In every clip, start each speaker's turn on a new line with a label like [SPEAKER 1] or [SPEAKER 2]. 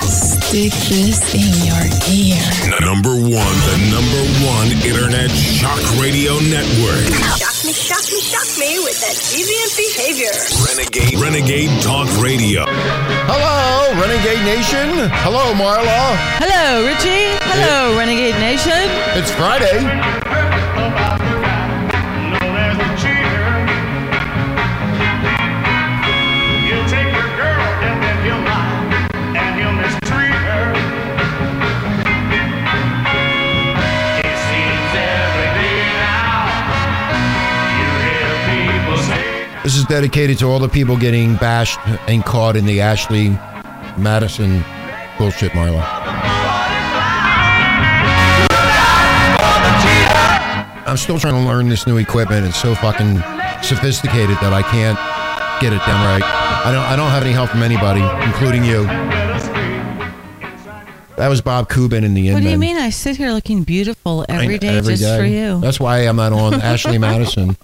[SPEAKER 1] Stick this in your ear.
[SPEAKER 2] Number one, the number one internet shock radio network.
[SPEAKER 3] Shock me, shock me, shock me with that deviant behavior.
[SPEAKER 2] Renegade, Renegade Talk Radio.
[SPEAKER 4] Hello, Renegade Nation. Hello, Marla.
[SPEAKER 5] Hello, Richie. Hello, Renegade Nation.
[SPEAKER 4] It's Friday. This is dedicated to all the people getting bashed and caught in the Ashley Madison bullshit, Marla. I'm still trying to learn this new equipment. It's so fucking sophisticated that I can't get it down right. I don't. I don't have any help from anybody, including you. That was Bob Kubin in the end.
[SPEAKER 5] What do you mean? I sit here looking beautiful every day just for you.
[SPEAKER 4] That's why I'm not on Ashley Madison.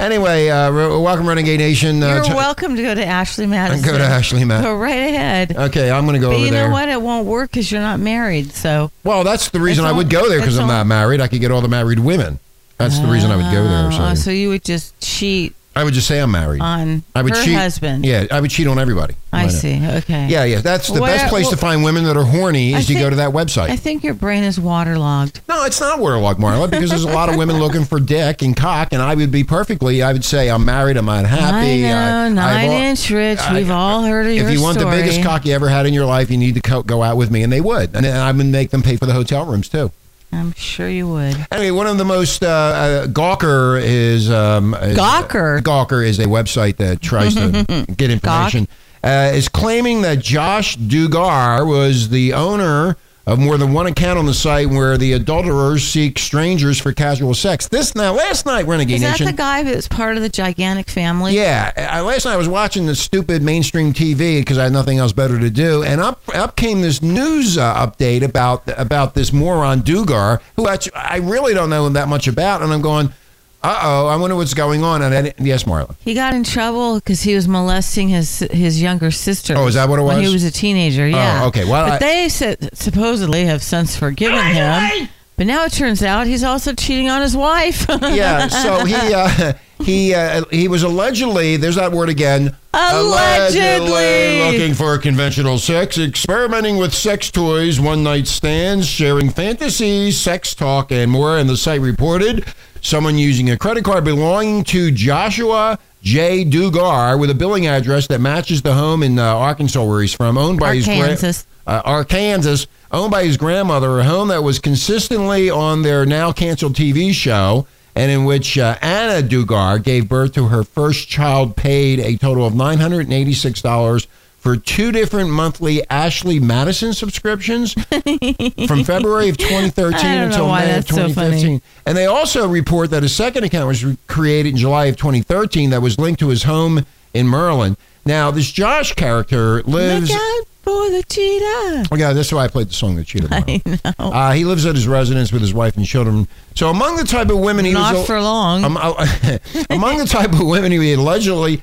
[SPEAKER 4] Anyway, uh, re- welcome Renegade Nation. Uh,
[SPEAKER 5] You're
[SPEAKER 4] to-
[SPEAKER 5] welcome to go to Ashley Madison.
[SPEAKER 4] Go to Ashley Madison.
[SPEAKER 5] Go right ahead.
[SPEAKER 4] Okay, I'm going to go
[SPEAKER 5] but
[SPEAKER 4] over
[SPEAKER 5] you
[SPEAKER 4] there.
[SPEAKER 5] know what? It won't work because you're not married. So
[SPEAKER 4] Well, that's the reason
[SPEAKER 5] It's
[SPEAKER 4] I would
[SPEAKER 5] all-
[SPEAKER 4] go there because
[SPEAKER 5] it's
[SPEAKER 4] I'm
[SPEAKER 5] all-
[SPEAKER 4] not married. I could get all the married women. That's the reason I would go there. So.
[SPEAKER 5] Oh, so you would just cheat
[SPEAKER 4] I would just say I'm married.
[SPEAKER 5] on
[SPEAKER 4] I would
[SPEAKER 5] Uh, her
[SPEAKER 4] cheat.
[SPEAKER 5] husband.
[SPEAKER 4] Yeah, I would cheat on everybody. Why
[SPEAKER 5] I
[SPEAKER 4] not?
[SPEAKER 5] see. Okay.
[SPEAKER 4] Yeah, yeah. That's the
[SPEAKER 5] Where-
[SPEAKER 4] best place to
[SPEAKER 5] well-
[SPEAKER 4] find women that are horny
[SPEAKER 5] I
[SPEAKER 4] is you go
[SPEAKER 5] think-
[SPEAKER 4] to that website.
[SPEAKER 5] I think your brain is waterlogged.
[SPEAKER 4] no, it's not warlock, Marla, because there's a lot of women looking for dick and cock, and I would be perfectly. I would say I'm married. I'm unhappy.
[SPEAKER 5] I know.
[SPEAKER 4] I- uh, I've
[SPEAKER 5] nine
[SPEAKER 4] al-
[SPEAKER 5] inch rich.
[SPEAKER 4] I-
[SPEAKER 5] We've all heard of
[SPEAKER 4] If
[SPEAKER 5] your
[SPEAKER 4] you want
[SPEAKER 5] story.
[SPEAKER 4] the biggest cock you ever had in your life, you need to co- go out with me, and they would, and I would make them pay for the hotel rooms too.
[SPEAKER 5] I'm sure you would.
[SPEAKER 4] Anyway, one of the most uh, uh, Gawker is, um, is-
[SPEAKER 5] Gawker?
[SPEAKER 4] Gawker is a website that tries to get information. Uh, is claiming that Josh Dugar was the owner of more than one account on the site where the adulterers seek strangers for casual sex. This now last night, Renegade
[SPEAKER 5] Is that
[SPEAKER 4] Nation.
[SPEAKER 5] the guy that's part of the gigantic family?
[SPEAKER 4] Yeah, I, last night I was watching the stupid mainstream TV because I had nothing else better to do, and up up came this news uh, update about about this moron Dugar, who I, I really don't know that much about, and I'm going, uh oh, I wonder what's going on. And I didn't- yes, Marla,
[SPEAKER 5] He got in trouble because he was molesting his his younger sister.
[SPEAKER 4] Oh, is that what it
[SPEAKER 5] When he
[SPEAKER 4] was? Oh,
[SPEAKER 5] was a teenager, yeah.
[SPEAKER 4] okay. Well,
[SPEAKER 5] but
[SPEAKER 4] I-
[SPEAKER 5] they said, supposedly have since forgiven him. But now it turns out he's also cheating on his wife.
[SPEAKER 4] yeah. So he uh, he uh, he was allegedly there's that word again.
[SPEAKER 5] Allegedly.
[SPEAKER 4] looking for conventional sex, experimenting with sex toys, one night stands, sharing fantasies, sex talk, and more. And the site reported someone using a credit card belonging to Joshua J. Dugar with a billing address that matches the home in uh, Arkansas where he's from, owned by his gra-
[SPEAKER 5] Arkansas.
[SPEAKER 4] uh, Arkansas, owned by his grandmother, a home that was consistently on their now canceled TV show, and in which uh, Anna Dugar gave birth to her first child, paid a total of $986 for two different monthly Ashley Madison subscriptions from February of 2013
[SPEAKER 5] I don't know
[SPEAKER 4] until
[SPEAKER 5] why
[SPEAKER 4] May of
[SPEAKER 5] that's so funny.
[SPEAKER 4] 2015. and they also report that a second account was re- created in July of 2013 that was linked to his home in Maryland. Now, this Josh character lives.
[SPEAKER 5] Look out for the cheetah.
[SPEAKER 4] Oh, yeah, that's why I played the song that cheated. I know. Uh, he lives at his residence with his wife and children. So among the type of women he
[SPEAKER 5] Not
[SPEAKER 4] was al-
[SPEAKER 5] for long.
[SPEAKER 4] um, uh, among the type of women he allegedly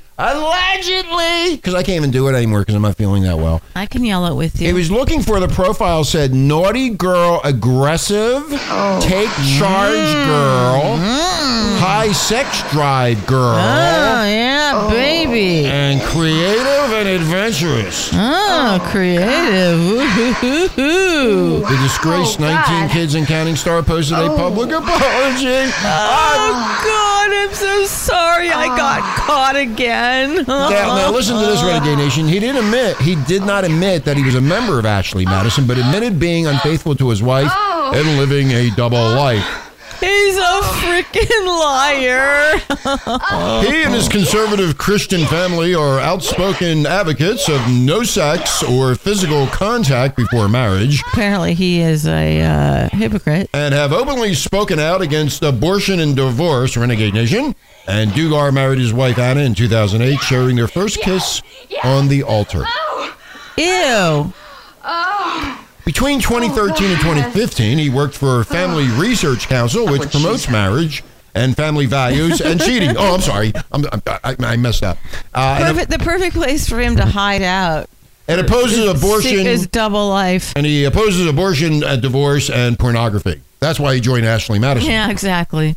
[SPEAKER 4] allegedly because I can't even do it anymore because I'm not feeling that well.
[SPEAKER 5] I can yell it with you.
[SPEAKER 4] He was looking for the profile said naughty girl, aggressive,
[SPEAKER 5] Oh.
[SPEAKER 4] take charge girl,
[SPEAKER 5] Mm-hmm.
[SPEAKER 4] high sex drive girl,
[SPEAKER 5] oh yeah, baby.
[SPEAKER 4] and creative and adventurous.
[SPEAKER 5] Oh, creative. Ooh-hoo-hoo-hoo.
[SPEAKER 4] The disgraced 19 kids and counting star posted a public apology. I'm-
[SPEAKER 5] Oh God, I'm so sorry. I got caught again.
[SPEAKER 4] now,
[SPEAKER 5] Uh-huh.
[SPEAKER 4] now listen to this, Renegade Nation. He didn't admit he did not admit that he was a member of Ashley Madison, but admitted being unfaithful to his wife and living a double life.
[SPEAKER 5] He's a freaking liar.
[SPEAKER 4] He and his conservative Christian family are outspoken advocates of no sex or physical contact before marriage.
[SPEAKER 5] Apparently, he is a uh, hypocrite.
[SPEAKER 4] and have openly spoken out against abortion and divorce, Renegade Nation. And Dugar married his wife Anna in 2008, sharing their first kiss on the altar.
[SPEAKER 5] Ew.
[SPEAKER 4] Between 2013 and 2015, he worked for Family Research Council, which promotes marriage and family values and cheating. Oh, I'm sorry. I'm, I, I I messed up. Uh, and,
[SPEAKER 5] Perfect, the perfect place for him to hide out.
[SPEAKER 4] It opposes abortion
[SPEAKER 5] is double life.
[SPEAKER 4] and he opposes abortion, uh, divorce, and pornography. That's why he joined Ashley Madison.
[SPEAKER 5] Yeah, exactly.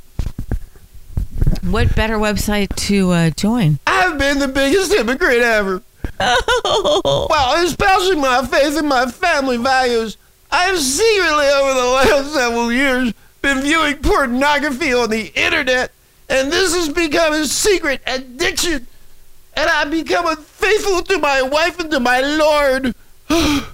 [SPEAKER 5] What better website to uh, join?
[SPEAKER 4] I've been the biggest hypocrite ever.
[SPEAKER 5] Oh.
[SPEAKER 4] While espousing my faith and my family values, I have secretly, over the last several years, been viewing pornography on the internet, and this has become a secret addiction. And I've become unfaithful to my wife and to my Lord.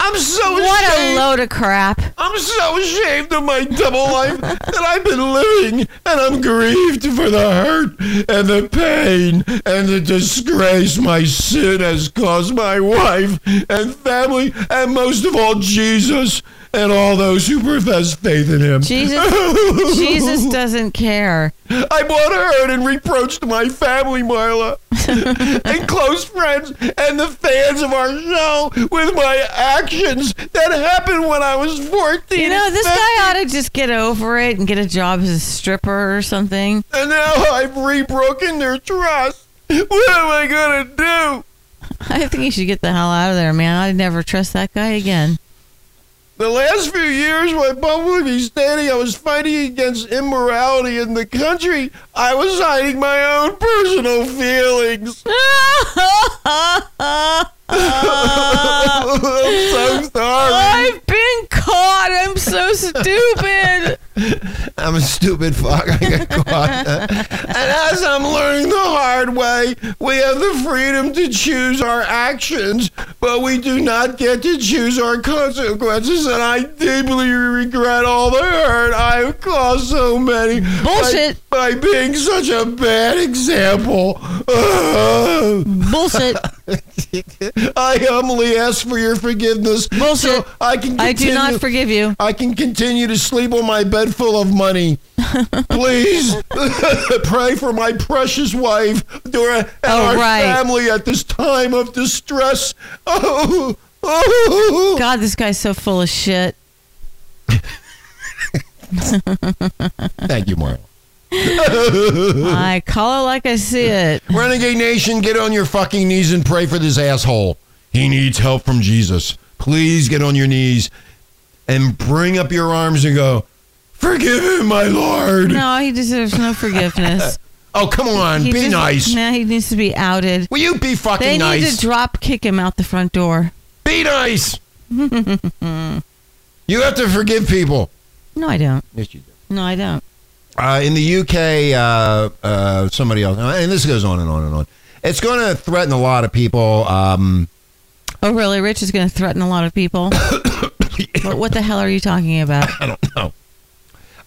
[SPEAKER 4] I'm so
[SPEAKER 5] What a
[SPEAKER 4] ashamed.
[SPEAKER 5] load of crap.
[SPEAKER 4] I'm so ashamed of my double life that I've been living, and I'm grieved for the hurt and the pain and the disgrace my sin has caused my wife and family, and most of all, Jesus and all those who profess faith in him.
[SPEAKER 5] Jesus, Jesus doesn't care.
[SPEAKER 4] I bought hurt and reproached my family, Marla, and close friends, and the fans of our show with my actions that happened when I was 14.
[SPEAKER 5] You know, this guy ought to just get over it and get a job as a stripper or something.
[SPEAKER 4] And now I've rebroken their trust. What am I gonna do?
[SPEAKER 5] I think he should get the hell out of there, man. I'd never trust that guy again.
[SPEAKER 4] The last few years, my publicly standing, I was fighting against immorality in the country. I was hiding my own personal feelings. I'm so sorry.
[SPEAKER 5] I've been caught. I'm so stupid.
[SPEAKER 4] I'm a stupid fuck. I got caught. and as I'm learning the hard way, we have the freedom to choose our actions, but we do not get to choose our consequences. And I deeply regret all the hurt I have caused so many by-
[SPEAKER 5] Bullshit.
[SPEAKER 4] by, being such a bad example.
[SPEAKER 5] Bullshit.
[SPEAKER 4] I humbly ask for your forgiveness.
[SPEAKER 5] Bullshit.
[SPEAKER 4] So I can. Continue.
[SPEAKER 5] I do not forgive you.
[SPEAKER 4] I can continue to sleep on my bed full of money. Please pray for my precious wife Dora, and
[SPEAKER 5] Oh,
[SPEAKER 4] our
[SPEAKER 5] right.
[SPEAKER 4] family at this time of distress. Oh,
[SPEAKER 5] God, this guy's so full of shit.
[SPEAKER 4] Thank you, Marla.
[SPEAKER 5] I call it like I see it.
[SPEAKER 4] Renegade Nation, get on your fucking knees and pray for this asshole. He needs help from Jesus. Please get on your knees and bring up your arms and go, Forgive him, my Lord.
[SPEAKER 5] No, he deserves no forgiveness.
[SPEAKER 4] Oh, come on.
[SPEAKER 5] He
[SPEAKER 4] be
[SPEAKER 5] just-
[SPEAKER 4] nice.
[SPEAKER 5] Nah, he needs to be outed.
[SPEAKER 4] Will you be fucking
[SPEAKER 5] They
[SPEAKER 4] nice?
[SPEAKER 5] need to drop kick him out the front door.
[SPEAKER 4] Be nice. you have to forgive people.
[SPEAKER 5] No, I don't.
[SPEAKER 4] Yes, you do.
[SPEAKER 5] No, I don't.
[SPEAKER 4] Uh, in the UK, uh, uh, somebody else, and this goes on and on and on. It's going to threaten a lot of people. Um,
[SPEAKER 5] Oh, really? Rich is going to threaten a lot of people. what, what the hell are you talking about?
[SPEAKER 4] I don't know.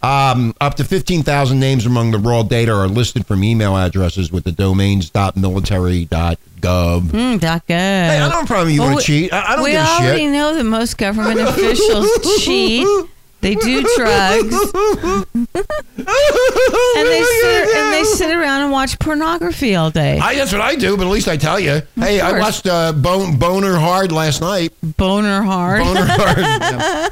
[SPEAKER 4] Um, up to 15,000 names among the raw data are listed from email addresses with the domains .military.gov.
[SPEAKER 5] Mm, that good.
[SPEAKER 4] Hey, I don't have a problem you
[SPEAKER 5] Well,
[SPEAKER 4] want
[SPEAKER 5] we-
[SPEAKER 4] to cheat. I, I don't
[SPEAKER 5] we
[SPEAKER 4] give a shit.
[SPEAKER 5] already know that most government officials cheat. They do drugs, and they sit, and they sit around and watch pornography all day.
[SPEAKER 4] I, that's what I do, but at least I tell you. Hey, I
[SPEAKER 5] course.
[SPEAKER 4] watched uh, Bone, Boner Hard last night.
[SPEAKER 5] Boner hard.
[SPEAKER 4] Boner Hard. Yeah.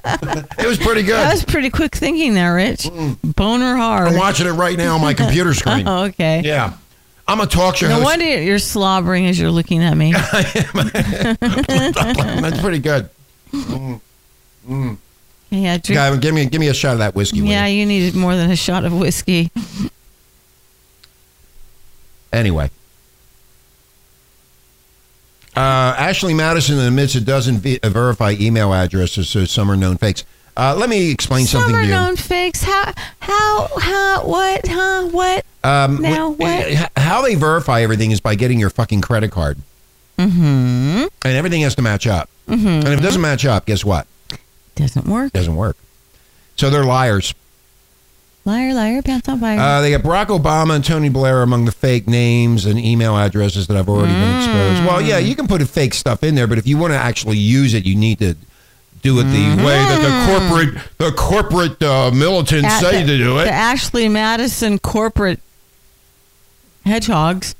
[SPEAKER 4] It was pretty good.
[SPEAKER 5] That was pretty quick thinking there, Rich.
[SPEAKER 4] Mm.
[SPEAKER 5] Boner hard.
[SPEAKER 4] I'm watching it right now on my computer screen.
[SPEAKER 5] Oh, okay.
[SPEAKER 4] Yeah. I'm a talk show
[SPEAKER 5] No
[SPEAKER 4] host.
[SPEAKER 5] wonder you're slobbering as you're looking at me.
[SPEAKER 4] That's pretty good.
[SPEAKER 5] Yeah, drink.
[SPEAKER 4] Guy, give me give me a shot of that whiskey. will
[SPEAKER 5] yeah,
[SPEAKER 4] you?
[SPEAKER 5] you needed more than a shot of whiskey.
[SPEAKER 4] Anyway. Uh, Ashley Madison admits it doesn't ve- verify email addresses, so some are known fakes. Uh, let me explain
[SPEAKER 5] Some
[SPEAKER 4] something
[SPEAKER 5] are
[SPEAKER 4] to you.
[SPEAKER 5] known fakes. How? How? How? What? Huh? What?
[SPEAKER 4] um, wh-
[SPEAKER 5] now what?
[SPEAKER 4] h- How they verify everything is by getting your fucking credit card.
[SPEAKER 5] Mm-hmm.
[SPEAKER 4] And everything has to match up. And if it doesn't match up, guess what?
[SPEAKER 5] Doesn't work.
[SPEAKER 4] It doesn't work. So they're liars.
[SPEAKER 5] Liar, liar, pants on fire.
[SPEAKER 4] Uh, they got Barack Obama and Tony Blair among the fake names and email addresses that have already been exposed. Well,
[SPEAKER 5] Mm.
[SPEAKER 4] yeah, you can put fake stuff in there, but if you want to actually use it, you need to do it the
[SPEAKER 5] Mm.
[SPEAKER 4] way that the corporate the corporate uh, militants
[SPEAKER 5] At
[SPEAKER 4] say
[SPEAKER 5] the-
[SPEAKER 4] to do
[SPEAKER 5] The
[SPEAKER 4] it.
[SPEAKER 5] Ashley Madison corporate hedgehogs.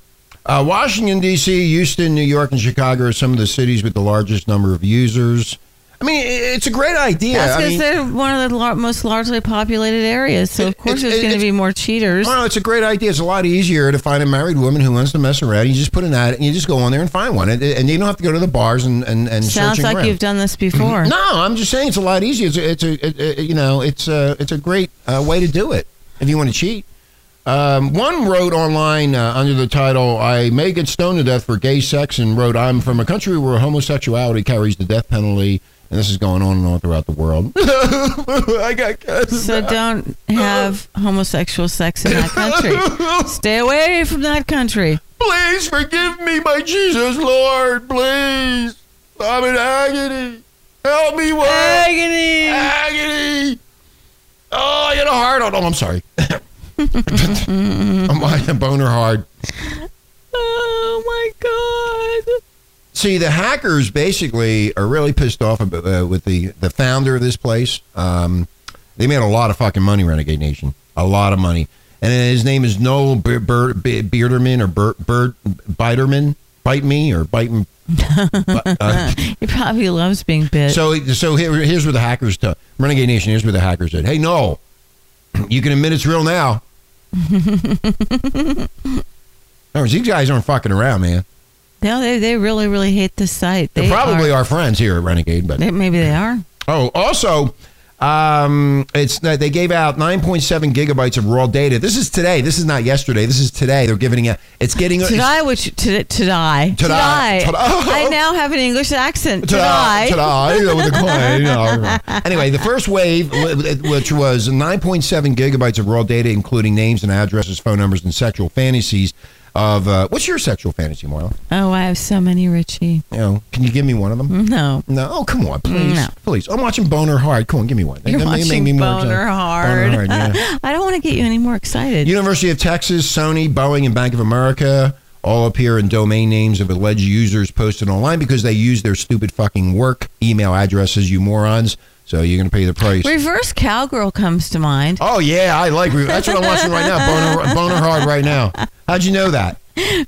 [SPEAKER 4] Uh, Washington D.C., Houston, New York, and Chicago are some of the cities with the largest number of users. I mean, i- it's a great idea.
[SPEAKER 5] That's
[SPEAKER 4] I
[SPEAKER 5] because
[SPEAKER 4] mean,
[SPEAKER 5] they're one of the lar- most largely populated areas, so
[SPEAKER 4] It-
[SPEAKER 5] of course
[SPEAKER 4] it's-
[SPEAKER 5] there's going to
[SPEAKER 4] it's-
[SPEAKER 5] be more cheaters.
[SPEAKER 4] Well, it's a great idea. It's a lot easier to find a married woman who wants to mess around. You just put an ad, and you just go on there and find one, and, and you don't have to go to the bars and and, and
[SPEAKER 5] Sounds
[SPEAKER 4] searching Mm-hmm.
[SPEAKER 5] like
[SPEAKER 4] around.
[SPEAKER 5] you've done this before.
[SPEAKER 4] no, I'm just saying it's a lot easier. It's a, it's a it, it- you know it's a it's a great uh, way to do it if you want to cheat. Um, one wrote online uh, under the title "I may get stoned to death for gay sex," and wrote, "I'm from a country where homosexuality carries the death penalty." And this is going on and on throughout the world. I got cussed.
[SPEAKER 5] So don't have homosexual sex in that country. Stay away from that country.
[SPEAKER 4] Please forgive me, my Jesus Lord, please. I'm in agony. Help me, Lord.
[SPEAKER 5] Agony.
[SPEAKER 4] Agony. Oh, I got a hard on. Oh, I'm sorry. I'm a boner hard.
[SPEAKER 5] Oh my god.
[SPEAKER 4] See, the hackers basically are really pissed off about, uh, with the, the founder of this place. Um, they made a lot of fucking money, Renegade Nation. A lot of money. And his name is Noel Be- Ber- Be- Bearderman or Bert, Bert Biterman. Bite me or bite me. Bu- uh,
[SPEAKER 5] He probably loves being bit.
[SPEAKER 4] So, so here, here's where the hackers t- Renegade Nation. Here's where the hackers said, "Hey, no, you can admit it's real now." In other words, these guys aren't fucking around, man.
[SPEAKER 5] no, they, they really really hate this site.
[SPEAKER 4] They
[SPEAKER 5] They
[SPEAKER 4] are probably
[SPEAKER 5] are.
[SPEAKER 4] our friends here at Renegade, but
[SPEAKER 5] They, maybe they are.
[SPEAKER 4] oh, also, um, it's that they gave out 9.7 gigabytes of raw data. This is today. This is not yesterday. This is today. They're giving it. It's getting it's-
[SPEAKER 5] Today, which today, today,
[SPEAKER 4] Today. Today.
[SPEAKER 5] I now have an English accent.
[SPEAKER 4] Ta-da,
[SPEAKER 5] Today,
[SPEAKER 4] ta-da, you know, oh, with the coin, you know. Anyway, the first wave, wh- which was 9.7 gigabytes of raw data, including names and addresses, phone numbers, and sexual fantasies of uh, what's your sexual fantasy, Marla?
[SPEAKER 5] Oh, I have so many Richie.
[SPEAKER 4] You know, can you give me one of them?
[SPEAKER 5] No,
[SPEAKER 4] No, oh, come on, please,
[SPEAKER 5] Hmm? No.
[SPEAKER 4] please. I'm watching Boner Hard. Come on, give me one.
[SPEAKER 5] you're
[SPEAKER 4] That may make
[SPEAKER 5] watching
[SPEAKER 4] me more
[SPEAKER 5] Boner
[SPEAKER 4] excited.
[SPEAKER 5] Hard.
[SPEAKER 4] Boner Hard, yeah.
[SPEAKER 5] I don't want to get you any more excited.
[SPEAKER 4] University of Texas, Sony, Boeing, and Bank of America all appear in domain names of alleged users posted online because they use their stupid fucking work email addresses, you morons. So you're going to pay the price.
[SPEAKER 5] Reverse cowgirl comes to mind
[SPEAKER 4] Oh yeah, I like re- that's what I'm watching right now. Boner, boner hard right now. How'd you know that?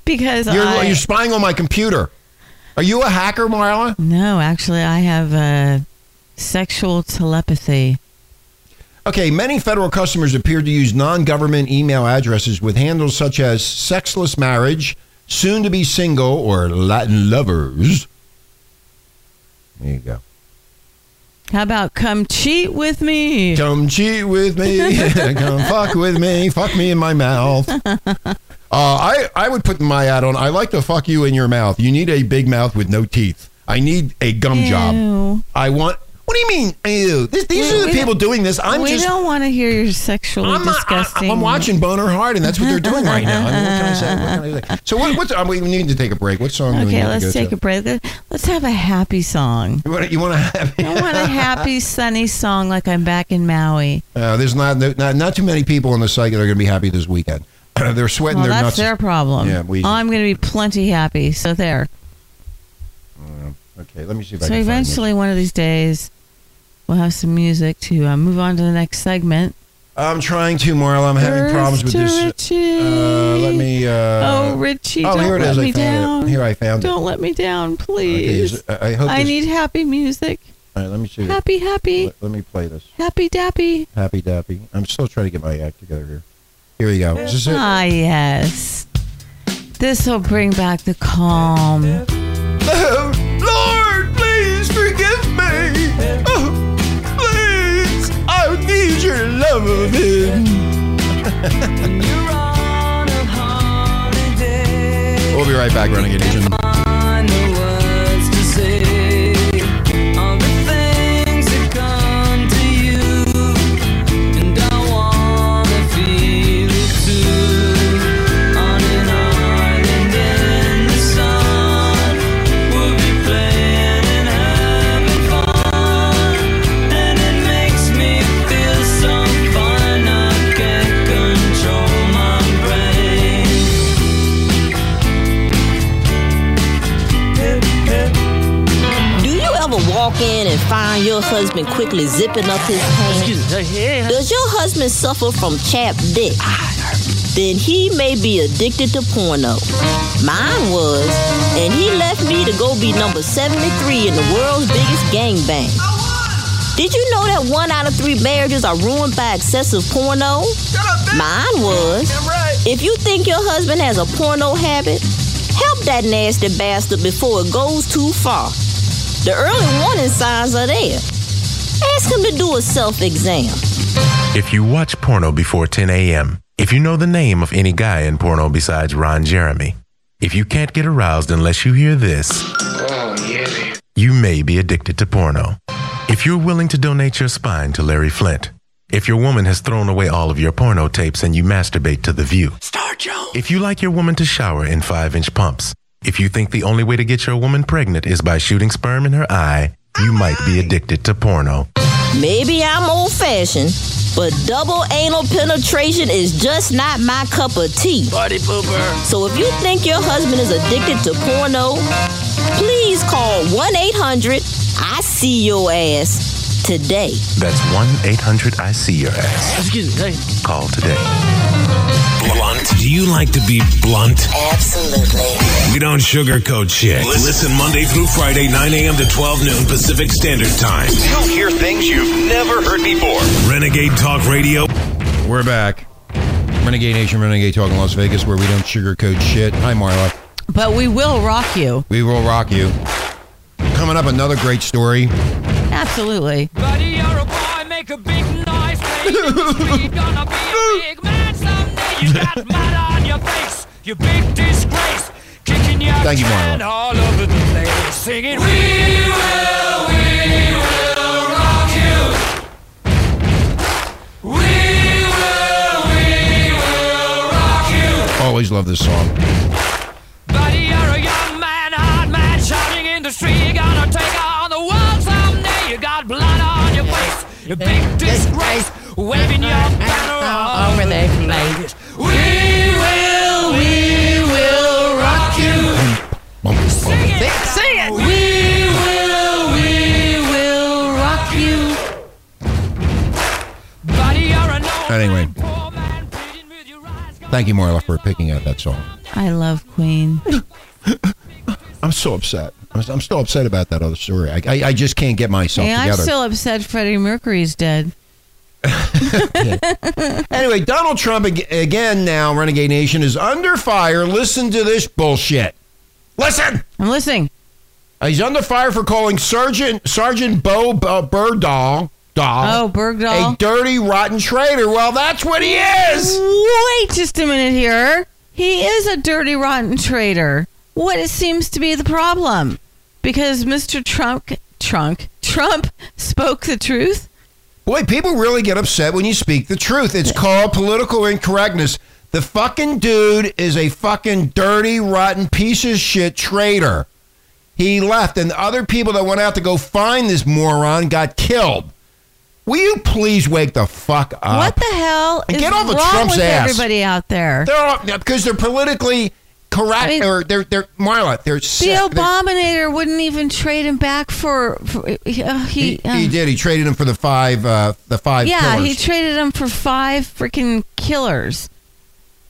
[SPEAKER 5] because
[SPEAKER 4] You're
[SPEAKER 5] I
[SPEAKER 4] you're spying on my computer. Are you a hacker, Marla?
[SPEAKER 5] no, actually, I have uh, sexual telepathy.
[SPEAKER 4] Okay, many federal customers appear to use non-government email addresses with handles such as sexless marriage, soon to be single, or Latin lovers. There you go.
[SPEAKER 5] How about come cheat with me?
[SPEAKER 4] Come cheat with me. Come fuck with me. Fuck me in my mouth. Uh, I, I would put my ad on. I like to fuck you in your mouth. You need a big mouth with no teeth. I need a gum job.
[SPEAKER 5] Ew.
[SPEAKER 4] I want. What do you mean? Ew. This, these
[SPEAKER 5] We-
[SPEAKER 4] are the
[SPEAKER 5] we
[SPEAKER 4] people
[SPEAKER 5] don't-
[SPEAKER 4] doing this. I'm
[SPEAKER 5] we
[SPEAKER 4] just.
[SPEAKER 5] don't want to hear your sexually
[SPEAKER 4] I'm, not- I-
[SPEAKER 5] disgusting.
[SPEAKER 4] I'm watching Boner Hard, and that's what they're doing right now. I mean, what can I say? What can I say? So what? What's, uh, we need to take a break. What song? do we need
[SPEAKER 5] Okay,
[SPEAKER 4] to go
[SPEAKER 5] let's take
[SPEAKER 4] to?
[SPEAKER 5] a break. Let's have a happy song.
[SPEAKER 4] You want, you want to have?
[SPEAKER 5] I want a happy, sunny song like I'm back in Maui.
[SPEAKER 4] Uh, there's not, not not too many people on the site that are going to be happy this weekend. they're sweating
[SPEAKER 5] Well,
[SPEAKER 4] their nuts.
[SPEAKER 5] that's their problem.
[SPEAKER 4] Yeah, we-
[SPEAKER 5] I'm going to be plenty happy. So there.
[SPEAKER 4] Uh, Okay, let me see if I can
[SPEAKER 5] So
[SPEAKER 4] find it.
[SPEAKER 5] eventually, one of these days, we'll have some music to uh, move on to the next segment.
[SPEAKER 4] I'm trying to, Marla. I'm having
[SPEAKER 5] Here's
[SPEAKER 4] problems with
[SPEAKER 5] to
[SPEAKER 4] this.
[SPEAKER 5] Richie.
[SPEAKER 4] Uh, let me. Uh,
[SPEAKER 5] oh, Richie,
[SPEAKER 4] oh,
[SPEAKER 5] don't
[SPEAKER 4] here it
[SPEAKER 5] let
[SPEAKER 4] is.
[SPEAKER 5] me
[SPEAKER 4] I found
[SPEAKER 5] down.
[SPEAKER 4] it. Here I found
[SPEAKER 5] don't let me down,
[SPEAKER 4] it. Okay,
[SPEAKER 5] please.
[SPEAKER 4] is- I I hope.
[SPEAKER 5] I
[SPEAKER 4] this-
[SPEAKER 5] need happy music.
[SPEAKER 4] All right, let me see. this.
[SPEAKER 5] Happy, happy,
[SPEAKER 4] Let, let me play this.
[SPEAKER 5] happy dappy.
[SPEAKER 4] Happy Dappy. I'm still trying to get my act together here. Here we go. Is this it?
[SPEAKER 5] Ah, yes. This will bring back the calm.
[SPEAKER 4] Lord, please forgive me. Oh, please, I need your love of him. We'll be right back, Renegade Nation.
[SPEAKER 6] Do you ever walk in and find your husband quickly zipping up his pants? Does your husband suffer from chapped dick? then he may be addicted to porno. Mine was, and he left me to go be number 73 in the world's biggest gangbang. Did you know that one out of three marriages are ruined by excessive porno? Mine was. If you think your husband has a porno habit, help that nasty bastard before it goes too far. The early warning signs are there. Ask him to do a self exam.
[SPEAKER 7] If you watch porno before 10 a.m., if you know the name of any guy in porno besides Ron Jeremy, if you can't get aroused unless you hear this, you may be addicted to porno. If you're willing to donate your spine to Larry Flint, if your woman has thrown away all of your porno tapes and you masturbate to the view, if you like your woman to shower in five inch pumps, if you think the only way to get your woman pregnant is by shooting sperm in her eye, you might be addicted to porno.
[SPEAKER 6] Maybe I'm old fashioned, but double anal penetration is just not my cup of tea. Party pooper. So if you think your husband is addicted to porno, please call 1 800 I See Your Ass today.
[SPEAKER 7] That's 1 800 I See Your Ass. Call today.
[SPEAKER 2] Blunt. Do you like to be blunt?
[SPEAKER 1] Absolutely.
[SPEAKER 2] We don't sugarcoat shit. Listen Monday through Friday, 9 a.m. to 12 noon Pacific Standard Time.
[SPEAKER 8] You'll hear things you've never heard before.
[SPEAKER 2] Renegade Talk Radio.
[SPEAKER 4] We're back. Renegade Nation, Renegade Talk in Las Vegas, where we don't sugarcoat shit. Hi, Marla.
[SPEAKER 5] But we will rock you.
[SPEAKER 4] We will rock you. Coming up, another great story.
[SPEAKER 5] Absolutely.
[SPEAKER 9] Buddy, you're a boy, make a big noise, play in the street, gonna be a big man someday. You got mud on your face, you big disgrace, kicking your
[SPEAKER 4] Thank you, Marlo.
[SPEAKER 9] can all over the place, singing, We will, we will rock you. We will, we will rock you.
[SPEAKER 4] Always love this song.
[SPEAKER 9] Buddy, you're a young man, hard man, shouting in the street. You're gonna take on the world someday. You got blood on your face, you big disgrace, waving your banner all over the place. We will, we will rock you. Sing it. Sing it. We will, we will rock you. Buddy, you're an old
[SPEAKER 4] Anyway.
[SPEAKER 9] man, poor man, pleading with your eyes gone
[SPEAKER 4] Thank you, Marla, for picking out that song.
[SPEAKER 5] I love Queen.
[SPEAKER 4] I'm so upset. I'm, I'm still upset about that other story. I, I, I just can't get myself
[SPEAKER 5] Yeah, I'm
[SPEAKER 4] together.
[SPEAKER 5] still upset Freddie Mercury's dead.
[SPEAKER 4] anyway, Donald Trump ag- again now, Renegade Nation, is under fire. Listen to this bullshit. Listen!
[SPEAKER 5] I'm listening.
[SPEAKER 4] Uh, He's under fire for calling Sergeant Sergeant Bo uh, Burdahl,
[SPEAKER 5] Oh,
[SPEAKER 4] Dahl,
[SPEAKER 5] Bergdahl.
[SPEAKER 4] a dirty, rotten traitor. Well, that's what he is!
[SPEAKER 5] Wait just a minute here. He is a dirty, rotten traitor. What it seems to be the problem? Because Mr. Trump, Trump, Trump spoke the truth.
[SPEAKER 4] Boy, people really get upset when you speak the truth. It's called political incorrectness. The fucking dude is a fucking dirty, rotten piece of shit traitor. He left, and the other people that went out to go find this moron got killed. Will you please wake the fuck up?
[SPEAKER 5] what the hell
[SPEAKER 4] and
[SPEAKER 5] is
[SPEAKER 4] Uh, get off of
[SPEAKER 5] wrong
[SPEAKER 4] Trump's
[SPEAKER 5] with
[SPEAKER 4] ass.
[SPEAKER 5] everybody out there?
[SPEAKER 4] They're all because they're politically correct,
[SPEAKER 5] I mean-
[SPEAKER 4] or they're they're Marla. They're
[SPEAKER 5] The Abominator wouldn't even trade him back for. for uh, he,
[SPEAKER 4] He,
[SPEAKER 5] uh,
[SPEAKER 4] he did. He traded him for the five uh, the five.
[SPEAKER 5] Yeah,
[SPEAKER 4] pillars.
[SPEAKER 5] he traded him for five freaking killers.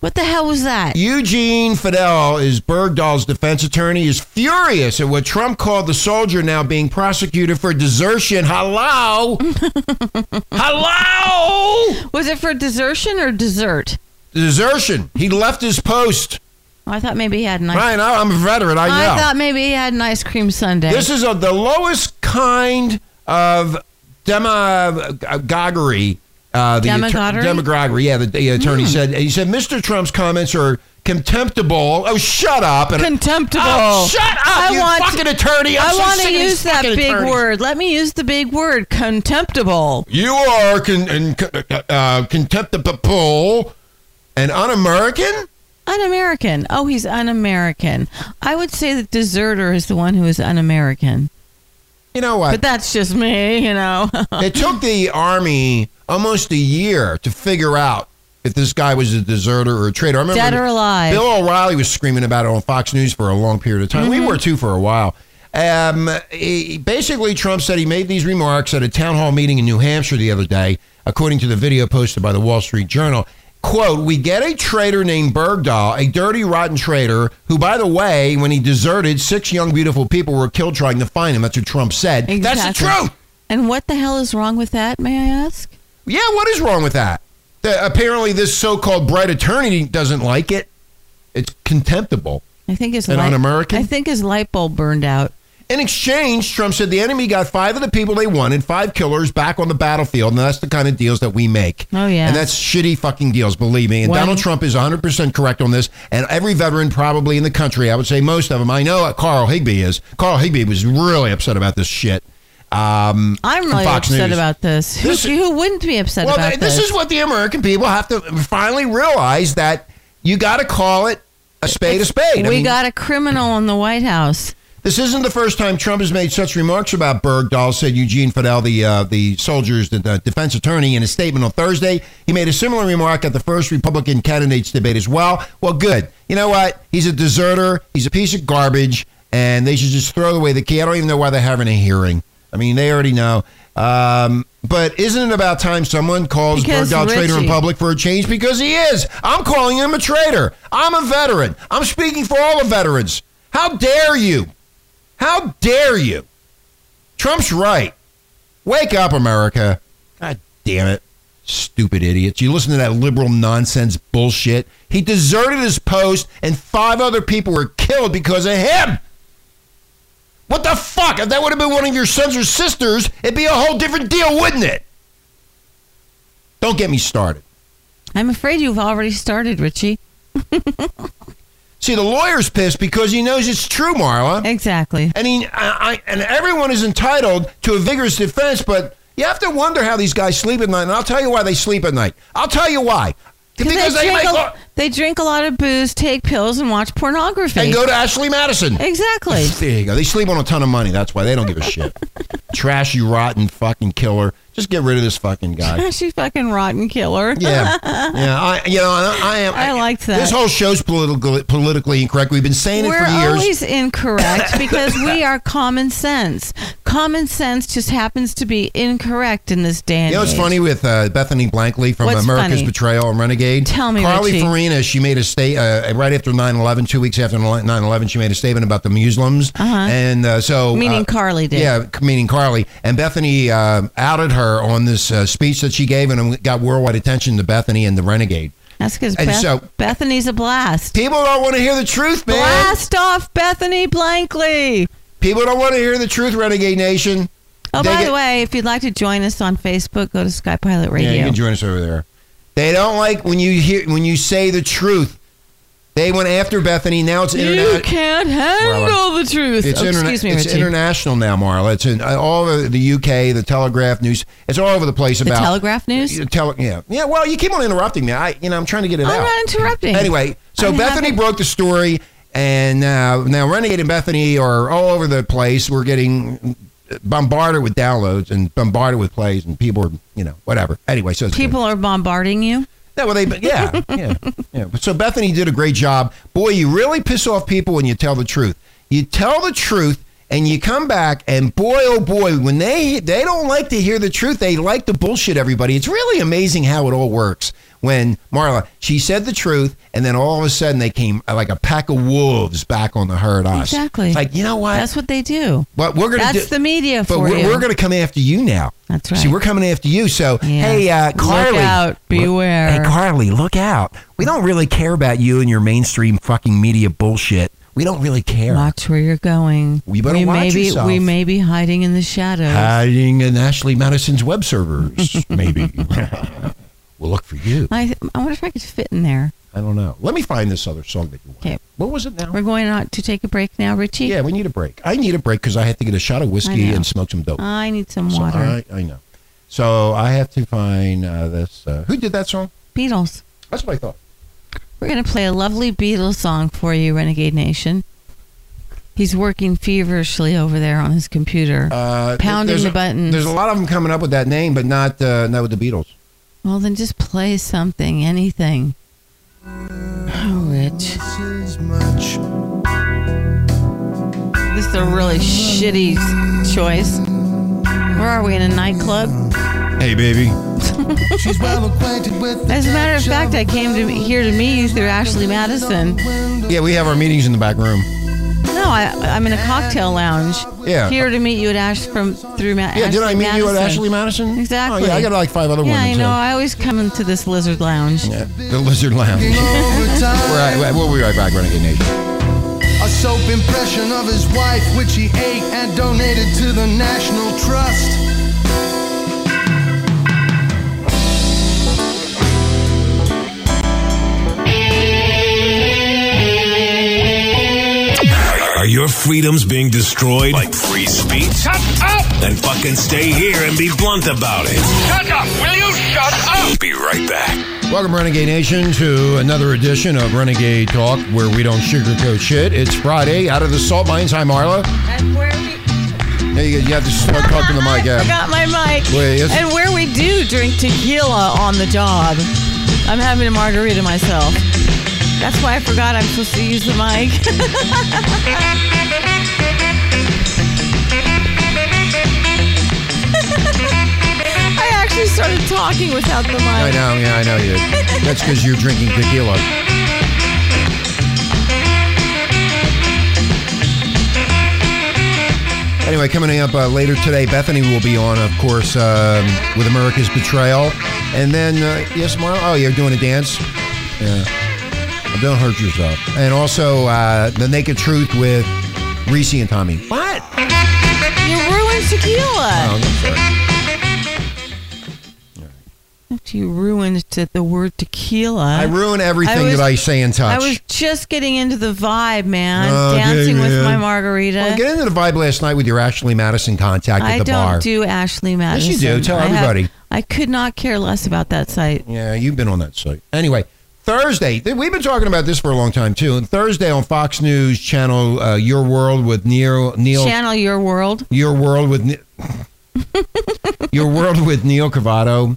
[SPEAKER 5] What the hell was that?
[SPEAKER 4] Eugene Fidel is Bergdahl's defense attorney. Is furious at what Trump called the soldier now being prosecuted for desertion. Hello, hello,
[SPEAKER 5] Was it for desertion or dessert? Oh,
[SPEAKER 4] desertion. He left his post.
[SPEAKER 5] I thought maybe he had an ice.
[SPEAKER 4] Ryan, I- I'm a veteran. I
[SPEAKER 5] I
[SPEAKER 4] know.
[SPEAKER 5] thought maybe he had an ice cream sundae.
[SPEAKER 4] This is a, the lowest kind of demagoguery. Uh, the atter-
[SPEAKER 5] Demagoguery? Hmm.
[SPEAKER 4] demagoguery, yeah. The, the attorney said he said Mr. Trump's comments are contemptible. Oh, shut up! And
[SPEAKER 5] Contemptible.
[SPEAKER 4] Oh, shut up!
[SPEAKER 5] I
[SPEAKER 4] you
[SPEAKER 5] want-
[SPEAKER 4] fucking attorney. I'm
[SPEAKER 5] I
[SPEAKER 4] so
[SPEAKER 5] want
[SPEAKER 4] sick
[SPEAKER 5] to
[SPEAKER 4] of these
[SPEAKER 5] use that
[SPEAKER 4] fucking
[SPEAKER 5] big
[SPEAKER 4] attorneys.
[SPEAKER 5] word. Let me use the big word, contemptible.
[SPEAKER 4] You are con- and, uh, contemptible and un-American.
[SPEAKER 5] Un-American. Oh, he's un-American. I would say that deserter is the one who is un-American.
[SPEAKER 4] You know what?
[SPEAKER 5] But that's just me, you know.
[SPEAKER 4] it took the army almost a year to figure out if this guy was a deserter or a traitor. I remember
[SPEAKER 5] Dead or alive.
[SPEAKER 4] Bill O'Reilly was screaming about it on Fox News for a long period of time.
[SPEAKER 5] Mm-hmm.
[SPEAKER 4] We were too for a while. Um, he- basically, Trump said he made these remarks at a town hall meeting in New Hampshire the other day, according to the video posted by the Wall Street Journal. Quote, we get a traitor named Bergdahl, a dirty, rotten traitor, who, by the way, when he deserted, six young, beautiful people were killed trying to find him. That's what Trump said. That's the
[SPEAKER 5] Exactly.
[SPEAKER 4] truth.
[SPEAKER 5] And what the hell is wrong with that, may I ask?
[SPEAKER 4] Yeah, what is wrong with that? The, apparently, this so called bright attorney doesn't like it. It's contemptible.
[SPEAKER 5] I think his
[SPEAKER 4] And
[SPEAKER 5] light-
[SPEAKER 4] un-American?
[SPEAKER 5] I think his light bulb burned out.
[SPEAKER 4] In exchange, Trump said the enemy got five of the people they wanted, five killers back on the battlefield, and that's the kind of deals that we make.
[SPEAKER 5] Oh, yeah.
[SPEAKER 4] And that's shitty fucking deals, believe me. And
[SPEAKER 5] One-
[SPEAKER 4] Donald Trump is 100% correct on this, and every veteran probably in the country, I would say most of them, I know uh, Carl Higby is. Carl Higby was really upset about this shit. Um,
[SPEAKER 5] I'm
[SPEAKER 4] on
[SPEAKER 5] really
[SPEAKER 4] Fox
[SPEAKER 5] upset
[SPEAKER 4] News.
[SPEAKER 5] about this. Who,
[SPEAKER 4] This-
[SPEAKER 5] who wouldn't be upset
[SPEAKER 4] Well,
[SPEAKER 5] about
[SPEAKER 4] th- this
[SPEAKER 5] this?
[SPEAKER 4] is what the American people have to finally realize that you got to call it a spade a spade. I
[SPEAKER 5] we
[SPEAKER 4] mean,
[SPEAKER 5] got a criminal in the White House.
[SPEAKER 4] This isn't the first time Trump has made such remarks about Bergdahl, said Eugene Fidel, the uh, the soldiers, the, the defense attorney, in a statement on Thursday. He made a similar remark at the first Republican candidates debate as well. Well, good. You know what? He's a deserter. He's a piece of garbage, and they should just throw away the key. I don't even know why they're having a hearing. I mean, they already know. Um, but isn't it about time someone calls
[SPEAKER 5] Because
[SPEAKER 4] Bergdahl traitor in
[SPEAKER 5] Richie-
[SPEAKER 4] public for a change? Because he is. I'm calling him a traitor. I'm a veteran. I'm speaking for all the veterans. How dare you? How dare you? Trump's right. Wake up, America. God damn it. Stupid idiots. You listen to that liberal nonsense bullshit. He deserted his post, and five other people were killed because of him. What the fuck? If that would have been one of your sons or sisters, it'd be a whole different deal, wouldn't it? Don't get me started.
[SPEAKER 5] I'm afraid you've already started, Richie.
[SPEAKER 4] See, the lawyer's pissed because he knows it's true, Marla.
[SPEAKER 5] Exactly.
[SPEAKER 4] I mean, I, I, and everyone is entitled to a vigorous defense, but you have to wonder how these guys sleep at night. And I'll tell you why they sleep at night. I'll tell you why. Because they,
[SPEAKER 5] drink
[SPEAKER 4] make
[SPEAKER 5] a,
[SPEAKER 4] law-
[SPEAKER 5] they drink a lot of booze, take pills, and watch pornography.
[SPEAKER 4] and go to Ashley Madison.
[SPEAKER 5] exactly.
[SPEAKER 4] There you go. They sleep on a ton of money. That's why they don't give a shit. Trash you rotten fucking killer. Just get rid of this fucking guy.
[SPEAKER 5] She's fucking rotten killer.
[SPEAKER 4] Yeah, yeah. I, you know, I, I am.
[SPEAKER 5] I liked that.
[SPEAKER 4] This whole show's political, politically incorrect. We've been saying it
[SPEAKER 5] We're
[SPEAKER 4] for years.
[SPEAKER 5] always incorrect because we are common sense. Common sense just happens to be incorrect in this day and
[SPEAKER 4] You know what's
[SPEAKER 5] age.
[SPEAKER 4] funny with uh, Bethany Blankley from uh,
[SPEAKER 5] What's
[SPEAKER 4] America's
[SPEAKER 5] funny?
[SPEAKER 4] Betrayal and Renegade?
[SPEAKER 5] Tell me,
[SPEAKER 4] Carly
[SPEAKER 5] Richie.
[SPEAKER 4] Farina, she made a state uh, right after 9 11, two weeks after 9 11, she made a statement about the Muslims.
[SPEAKER 5] Uh-huh.
[SPEAKER 4] And uh, so.
[SPEAKER 5] Meaning
[SPEAKER 4] uh,
[SPEAKER 5] Carly did.
[SPEAKER 4] Yeah, meaning Carly. And Bethany uh, outed her on this uh, speech that she gave and it got worldwide attention to Bethany and the Renegade.
[SPEAKER 5] That's because
[SPEAKER 4] And so-
[SPEAKER 5] Bethany's a blast.
[SPEAKER 4] People don't want to hear the truth, man.
[SPEAKER 5] Blast off Bethany Blankley.
[SPEAKER 4] People don't want to hear the truth, Renegade Nation.
[SPEAKER 5] Oh,
[SPEAKER 4] They
[SPEAKER 5] by
[SPEAKER 4] get-
[SPEAKER 5] the way, if you'd like to join us on Facebook, go to Sky Pilot Radio.
[SPEAKER 4] Yeah, you can join us over there. They don't like when you hear when you say the truth. They went after Bethany. Now it's internet. uh,
[SPEAKER 5] You can't handle the truth.
[SPEAKER 4] It's,
[SPEAKER 5] Oh,
[SPEAKER 4] interna-
[SPEAKER 5] excuse me,
[SPEAKER 4] it's
[SPEAKER 5] Richie.
[SPEAKER 4] international now, Marla. It's in uh, all over the UK, the Telegraph news. It's all over the place
[SPEAKER 5] the
[SPEAKER 4] about
[SPEAKER 5] Telegraph News.
[SPEAKER 4] Yeah, tele- yeah, yeah. Well, you keep on interrupting me. I, you know, I'm trying to get it
[SPEAKER 5] I'm
[SPEAKER 4] out.
[SPEAKER 5] not interrupting.
[SPEAKER 4] Anyway, so
[SPEAKER 5] I
[SPEAKER 4] Bethany
[SPEAKER 5] haven't-
[SPEAKER 4] broke the story, and uh, now Renegade and Bethany are all over the place. We're getting bombarded with downloads and bombarded with plays, and people are, you know, whatever. Anyway, so it's good.
[SPEAKER 5] People are bombarding you.
[SPEAKER 4] Yeah, well, they, yeah, yeah, yeah. But So Bethany did a great job. Boy, you really piss off people when you tell the truth. You tell the truth, and you come back, and boy, oh boy, when they they don't like to hear the truth, they like to bullshit everybody. It's really amazing how it all works. When Marla, she said the truth, and then all of a sudden they came like a pack of wolves back on the herd. Us.
[SPEAKER 5] Exactly.
[SPEAKER 4] It's like you know what?
[SPEAKER 5] That's what they do.
[SPEAKER 4] what we're gonna
[SPEAKER 5] That's
[SPEAKER 4] do.
[SPEAKER 5] the media
[SPEAKER 4] but
[SPEAKER 5] for
[SPEAKER 4] we're,
[SPEAKER 5] you.
[SPEAKER 4] we're going to come after you now.
[SPEAKER 5] That's right.
[SPEAKER 4] See, we're coming after you. So,
[SPEAKER 5] Yeah.
[SPEAKER 4] hey, uh,
[SPEAKER 5] Look
[SPEAKER 4] Carly,
[SPEAKER 5] out. Beware.
[SPEAKER 4] Hey, Carly, look out. We don't really care about you and your mainstream fucking media bullshit. We don't really care.
[SPEAKER 5] Watch where you're going.
[SPEAKER 4] You better
[SPEAKER 5] we
[SPEAKER 4] watch
[SPEAKER 5] may be,
[SPEAKER 4] yourself.
[SPEAKER 5] We may be hiding in the shadows.
[SPEAKER 4] Hiding in Ashley Madison's web servers, maybe. we'll look for you.
[SPEAKER 5] I, I wonder if I could fit in there.
[SPEAKER 4] I don't know. Let me find this other song that you want.
[SPEAKER 5] Okay.
[SPEAKER 4] What was it now?
[SPEAKER 5] We're going out to take a break now, Richie.
[SPEAKER 4] Yeah, we need a break. I need a break because I had to get a shot of
[SPEAKER 5] I
[SPEAKER 4] whiskey
[SPEAKER 5] know.
[SPEAKER 4] and smoke some dope.
[SPEAKER 5] I need some
[SPEAKER 4] So
[SPEAKER 5] water.
[SPEAKER 4] I, I know. So I have to find uh, this. Uh, who did that song?
[SPEAKER 5] Beatles.
[SPEAKER 4] That's what I thought.
[SPEAKER 5] We're going to play a lovely Beatles song for you, Renegade Nation. He's working feverishly over there on his computer.
[SPEAKER 4] Uh,
[SPEAKER 5] Pounding
[SPEAKER 4] there's
[SPEAKER 5] the
[SPEAKER 4] a,
[SPEAKER 5] buttons.
[SPEAKER 4] There's a lot of them coming up with that name, but not uh, not with the Beatles.
[SPEAKER 5] well, then just play something, anything. Oh, Rich. This is a really shitty choice. Where are we in a nightclub?
[SPEAKER 10] Hey, baby.
[SPEAKER 5] As a matter of fact, I came to here to meet you through Ashley Madison.
[SPEAKER 4] Yeah, we have our meetings in the back room.
[SPEAKER 5] No, I, I'm in a cocktail lounge.
[SPEAKER 4] Yeah.
[SPEAKER 5] Here to meet you at Ash from through Ma-
[SPEAKER 4] Yeah, did I
[SPEAKER 5] Ashley
[SPEAKER 4] meet you at
[SPEAKER 5] Madison.
[SPEAKER 4] Ashley Madison?
[SPEAKER 5] Exactly.
[SPEAKER 4] Oh, yeah, I got like five other
[SPEAKER 5] Yeah,
[SPEAKER 4] women.
[SPEAKER 5] you
[SPEAKER 4] too.
[SPEAKER 5] know, I always come into this lizard lounge.
[SPEAKER 4] Yeah, the Lizard Lounge. We're right, we'll be right back, Renegade Nation.
[SPEAKER 10] A soap impression of his wife, which he ate and donated to the National Trust.
[SPEAKER 2] Are your freedoms being destroyed? Like free speech? Shut up! Then fucking stay here and be blunt about it. Shut up! Will you shut up? Be right back.
[SPEAKER 4] Welcome, Renegade Nation, to another edition of Renegade Talk, where we don't sugarcoat shit. It's Friday, out of the salt mines. Hi, Marla.
[SPEAKER 5] And where we
[SPEAKER 4] Yeah, you, you have to start talking to the mic.
[SPEAKER 5] I
[SPEAKER 4] Yeah.
[SPEAKER 5] got my mic.
[SPEAKER 4] Wait, it's-
[SPEAKER 5] and where we do drink tequila on the job. I'm having a margarita myself. That's why I forgot I'm supposed to use the mic. I actually started talking without the
[SPEAKER 4] I
[SPEAKER 5] mic.
[SPEAKER 4] know, yeah, I know you. That's because you're drinking tequila. Anyway, coming up uh, later today, Bethany will be on, of course, um, with America's Betrayal. And then, uh, yes, Marla? Oh, you're doing a dance? Yeah. Don't hurt yourself. And also, uh, The Naked Truth with Reese and Tommy. What?
[SPEAKER 5] You ruined tequila.
[SPEAKER 4] Oh, I'm sorry.
[SPEAKER 5] You ruined t- the word tequila.
[SPEAKER 4] I ruin everything
[SPEAKER 5] I was-
[SPEAKER 4] that I say and touch.
[SPEAKER 5] I was just getting into the vibe, man.
[SPEAKER 4] Okay,
[SPEAKER 5] Dancing with
[SPEAKER 4] man.
[SPEAKER 5] my margarita.
[SPEAKER 4] Well, get into the vibe last night with your Ashley Madison contact at
[SPEAKER 5] I
[SPEAKER 4] the
[SPEAKER 5] don't
[SPEAKER 4] bar.
[SPEAKER 5] do Ashley
[SPEAKER 4] Yes,
[SPEAKER 5] Madison.
[SPEAKER 4] you do. Tell
[SPEAKER 5] I have-
[SPEAKER 4] everybody.
[SPEAKER 5] I could not care less about that site.
[SPEAKER 4] yeah, you've been on that site. Anyway, Thursday, th- we've been talking about this for a long time too. And Thursday on Fox News Channel uh, Your World with Neil Neil
[SPEAKER 5] Channel Your World.
[SPEAKER 4] Your World with Ne- Your World with Neil Cavato,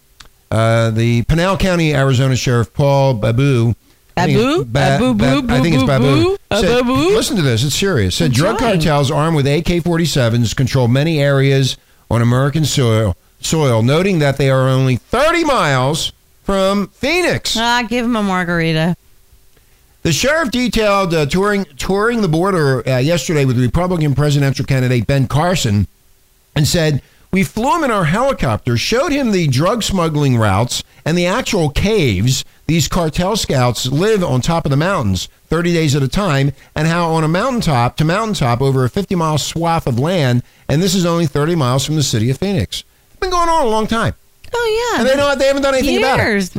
[SPEAKER 4] uh, the Pinal County, Arizona Sheriff Paul Babu. I think it's
[SPEAKER 5] Babu? Babu, boo,
[SPEAKER 4] I think it's
[SPEAKER 5] boo,
[SPEAKER 4] Babu.
[SPEAKER 5] boo, boo.
[SPEAKER 4] Said-
[SPEAKER 5] Babu?
[SPEAKER 4] Listen to this. It's serious. Said
[SPEAKER 5] I'm
[SPEAKER 4] drug
[SPEAKER 5] trying.
[SPEAKER 4] cartels armed with AK-47s control many areas on American soil. Soil, noting that they are only 30 miles from Phoenix.
[SPEAKER 5] Ah, give him a margarita.
[SPEAKER 4] The sheriff detailed uh, touring touring the border uh, yesterday with Republican presidential candidate Ben Carson, and said we flew him in our helicopter, showed him the drug smuggling routes and the actual caves these cartel scouts live on top of the mountains, 30 days at a time, and how on a mountaintop to mountaintop over a 50 mile swath of land, and this is only 30 miles from the city of Phoenix. It's been going on a long time,
[SPEAKER 5] Oh yeah.
[SPEAKER 4] and they don't they haven't done anything about it.
[SPEAKER 5] years.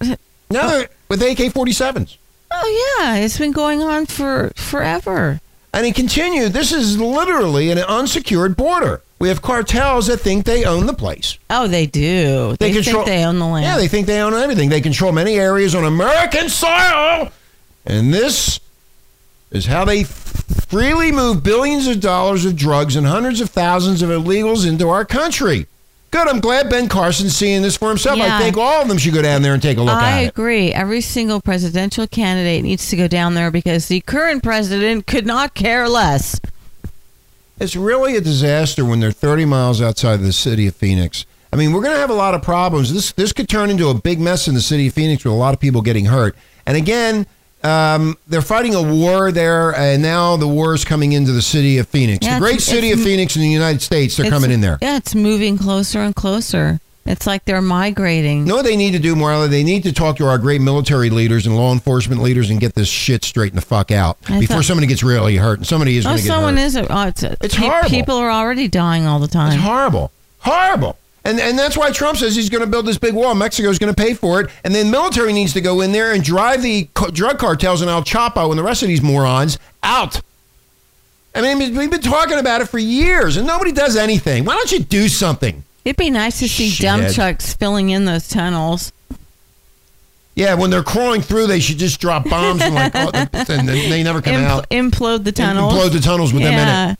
[SPEAKER 4] Now they're with AK-47s.
[SPEAKER 5] Oh yeah, it's been going on for forever.
[SPEAKER 4] And he continued, this is literally an unsecured border. We have cartels that think they own the place.
[SPEAKER 5] Oh, they do. They, think they own the land.
[SPEAKER 4] Yeah, they think they own everything. They control many areas on American soil. And this is how they freely move billions of dollars of drugs and hundreds of thousands of illegals into our country. Good. I'm glad Ben Carson's seeing this for himself.
[SPEAKER 5] Yeah.
[SPEAKER 4] I think all of them should go down there and take a look
[SPEAKER 5] I
[SPEAKER 4] at it.
[SPEAKER 5] agree. Every single presidential candidate needs to go down there because the current president could not care less.
[SPEAKER 4] It's really a disaster when they're 30 miles outside of the city of Phoenix. I mean, we're going to have a lot of problems. This this could turn into a big mess in the city of Phoenix with a lot of people getting hurt. And again, um, they're fighting a war there, and now the war is coming into the city of Phoenix,
[SPEAKER 5] Yeah,
[SPEAKER 4] the
[SPEAKER 5] it's-
[SPEAKER 4] great city of
[SPEAKER 5] it's-
[SPEAKER 4] Phoenix in the United States. They're
[SPEAKER 5] It's-
[SPEAKER 4] coming in there.
[SPEAKER 5] Yeah, it's moving closer and closer. It's like they're migrating.
[SPEAKER 4] You know what they need to do, Marla? They need to talk to our great military leaders and law enforcement leaders and get this shit straightened the fuck out
[SPEAKER 5] I
[SPEAKER 4] before
[SPEAKER 5] thought-
[SPEAKER 4] somebody gets really hurt. And somebody is
[SPEAKER 5] Oh,
[SPEAKER 4] going to get hurt.
[SPEAKER 5] someone is. Oh, it's
[SPEAKER 4] It's horrible.
[SPEAKER 5] People are already dying all the time.
[SPEAKER 4] It's horrible. Horrible. And, and that's why Trump says he's going to build this big wall. Mexico's going to pay for it. And then military needs to go in there and drive the co- drug cartels and El Chapo and the rest of these morons out. I mean, we've been talking about it for years and nobody does anything. Why don't you do something?
[SPEAKER 5] It'd be nice to see
[SPEAKER 4] Shit.
[SPEAKER 5] dump trucks filling in those tunnels.
[SPEAKER 4] Yeah, when they're crawling through, they should just drop bombs and, like, all- and they they never come
[SPEAKER 5] Impl-
[SPEAKER 4] out.
[SPEAKER 5] implode the
[SPEAKER 4] And
[SPEAKER 5] tunnels.
[SPEAKER 4] Implode the tunnels with them in it.
[SPEAKER 5] yeah.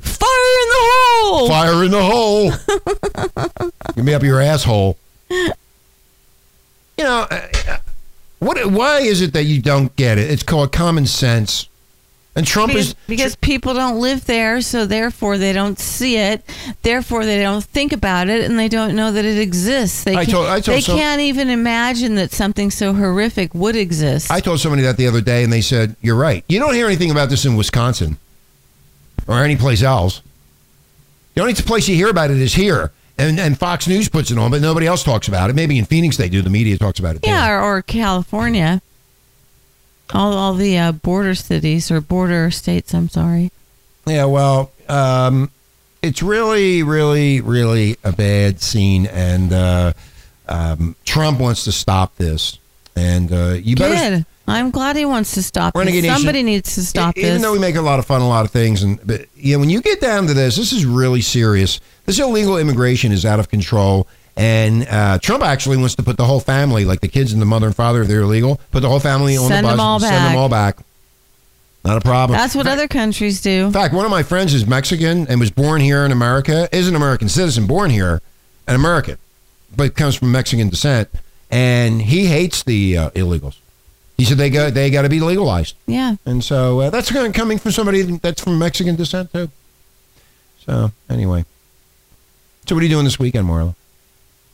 [SPEAKER 5] Fire in the hole.
[SPEAKER 4] Fire in the hole. Give me up your asshole. You know, uh, what? Why is it that you don't get it? It's called common sense. And Trump
[SPEAKER 5] because,
[SPEAKER 4] is
[SPEAKER 5] because people don't live there, so therefore they don't see it. Therefore, they don't think about it, and they don't know that it exists. They
[SPEAKER 4] I
[SPEAKER 5] can't,
[SPEAKER 4] told- I told
[SPEAKER 5] they
[SPEAKER 4] some-
[SPEAKER 5] can't even imagine that something so horrific would exist.
[SPEAKER 4] I told somebody that the other day, and they said, "You're right. You don't hear anything about this in Wisconsin or any place else. The only place you hear about it is here." And, and Fox News puts it on, but nobody else talks about it. Maybe in Phoenix they do. The media talks about it. there.
[SPEAKER 5] yeah, or, or California, all all the uh, border cities or border states. I'm sorry.
[SPEAKER 4] Yeah, well, um, it's really, really, really a bad scene, and uh, um, Trump wants to stop this. And uh, you better.
[SPEAKER 5] Good. I'm glad he wants to stop.
[SPEAKER 4] Renegade
[SPEAKER 5] This.
[SPEAKER 4] Nation-
[SPEAKER 5] Somebody needs to stop
[SPEAKER 4] E-
[SPEAKER 5] this.
[SPEAKER 4] Even though we make a lot of fun, a lot of things, and but you know, when you get down to this, this is really serious. This illegal immigration is out of control, and uh, Trump actually wants to put the whole family, like the kids and the mother and father, if they're illegal, put the whole family on
[SPEAKER 5] Send
[SPEAKER 4] the bus
[SPEAKER 5] them all
[SPEAKER 4] and send
[SPEAKER 5] back.
[SPEAKER 4] them all back. Not a problem.
[SPEAKER 5] That's what other countries do.
[SPEAKER 4] In fact, one of my friends is Mexican and was born here in America, is an American citizen, born here, an American, but comes from Mexican descent, and he hates the uh, illegals. He said they got they got to be legalized,
[SPEAKER 5] Yeah.
[SPEAKER 4] and so uh, that's gonna- coming from somebody that's from Mexican descent too. So anyway, so what are you doing this weekend, Marla?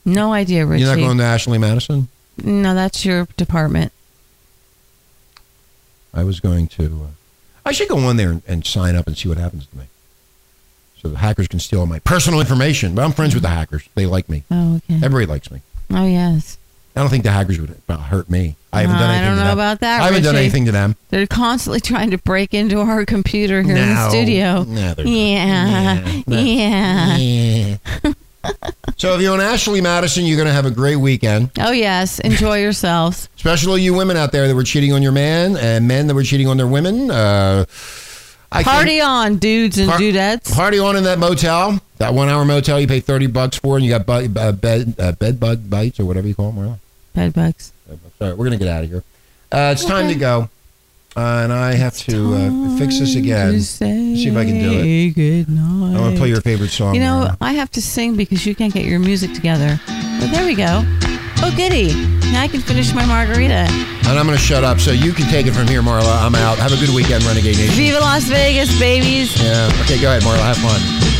[SPEAKER 5] No idea, Richie.
[SPEAKER 4] You're not going to Ashley Madison?
[SPEAKER 5] no, that's your department.
[SPEAKER 4] I was going to. Uh, I should go on there and, and sign up and see what happens to me. So the hackers can steal all my personal information, but I'm friends with the hackers. They like me.
[SPEAKER 5] Oh, okay.
[SPEAKER 4] Everybody likes me.
[SPEAKER 5] Oh, yes.
[SPEAKER 4] I don't think the hackers would uh, hurt me. I haven't done
[SPEAKER 5] I
[SPEAKER 4] anything to
[SPEAKER 5] don't know
[SPEAKER 4] them.
[SPEAKER 5] about that,
[SPEAKER 4] I haven't done
[SPEAKER 5] Richie.
[SPEAKER 4] anything to them.
[SPEAKER 5] They're constantly trying to break into our computer here in
[SPEAKER 4] No.
[SPEAKER 5] the studio.
[SPEAKER 4] No, Oh, they're not.
[SPEAKER 5] yeah.
[SPEAKER 4] Yeah.
[SPEAKER 5] Yeah.
[SPEAKER 4] Yeah. so if you're on Ashley Madison, you're going to have a great weekend.
[SPEAKER 5] Oh, yes. Enjoy yourselves.
[SPEAKER 4] Especially you women out there that were cheating on your man and men that were cheating on their women. Uh, I think-
[SPEAKER 5] Party on, dudes and
[SPEAKER 4] Par-
[SPEAKER 5] dudettes.
[SPEAKER 4] Party on in that motel, that one hour motel you pay 30 bucks for, and you got bu- uh, bed, uh, bed bug bites or whatever you call them.
[SPEAKER 5] Bed bugs.
[SPEAKER 4] All right, we're going to get out of here. Uh, it's time to
[SPEAKER 5] Okay.
[SPEAKER 4] go. Uh, and I have to uh, fix this again. See if I can do it.
[SPEAKER 5] Good
[SPEAKER 4] I want to play your favorite song.
[SPEAKER 5] You know,
[SPEAKER 4] Laura.
[SPEAKER 5] I have to sing because you can't get your music together. But there we go. Oh, goody. Now I can finish my margarita.
[SPEAKER 4] and I'm going to shut up so you can take it from here, Marla. I'm out. Have a good weekend, Renegade Nation.
[SPEAKER 5] Viva Las Vegas, babies.
[SPEAKER 4] Yeah. Okay, go ahead, Marla. Have fun.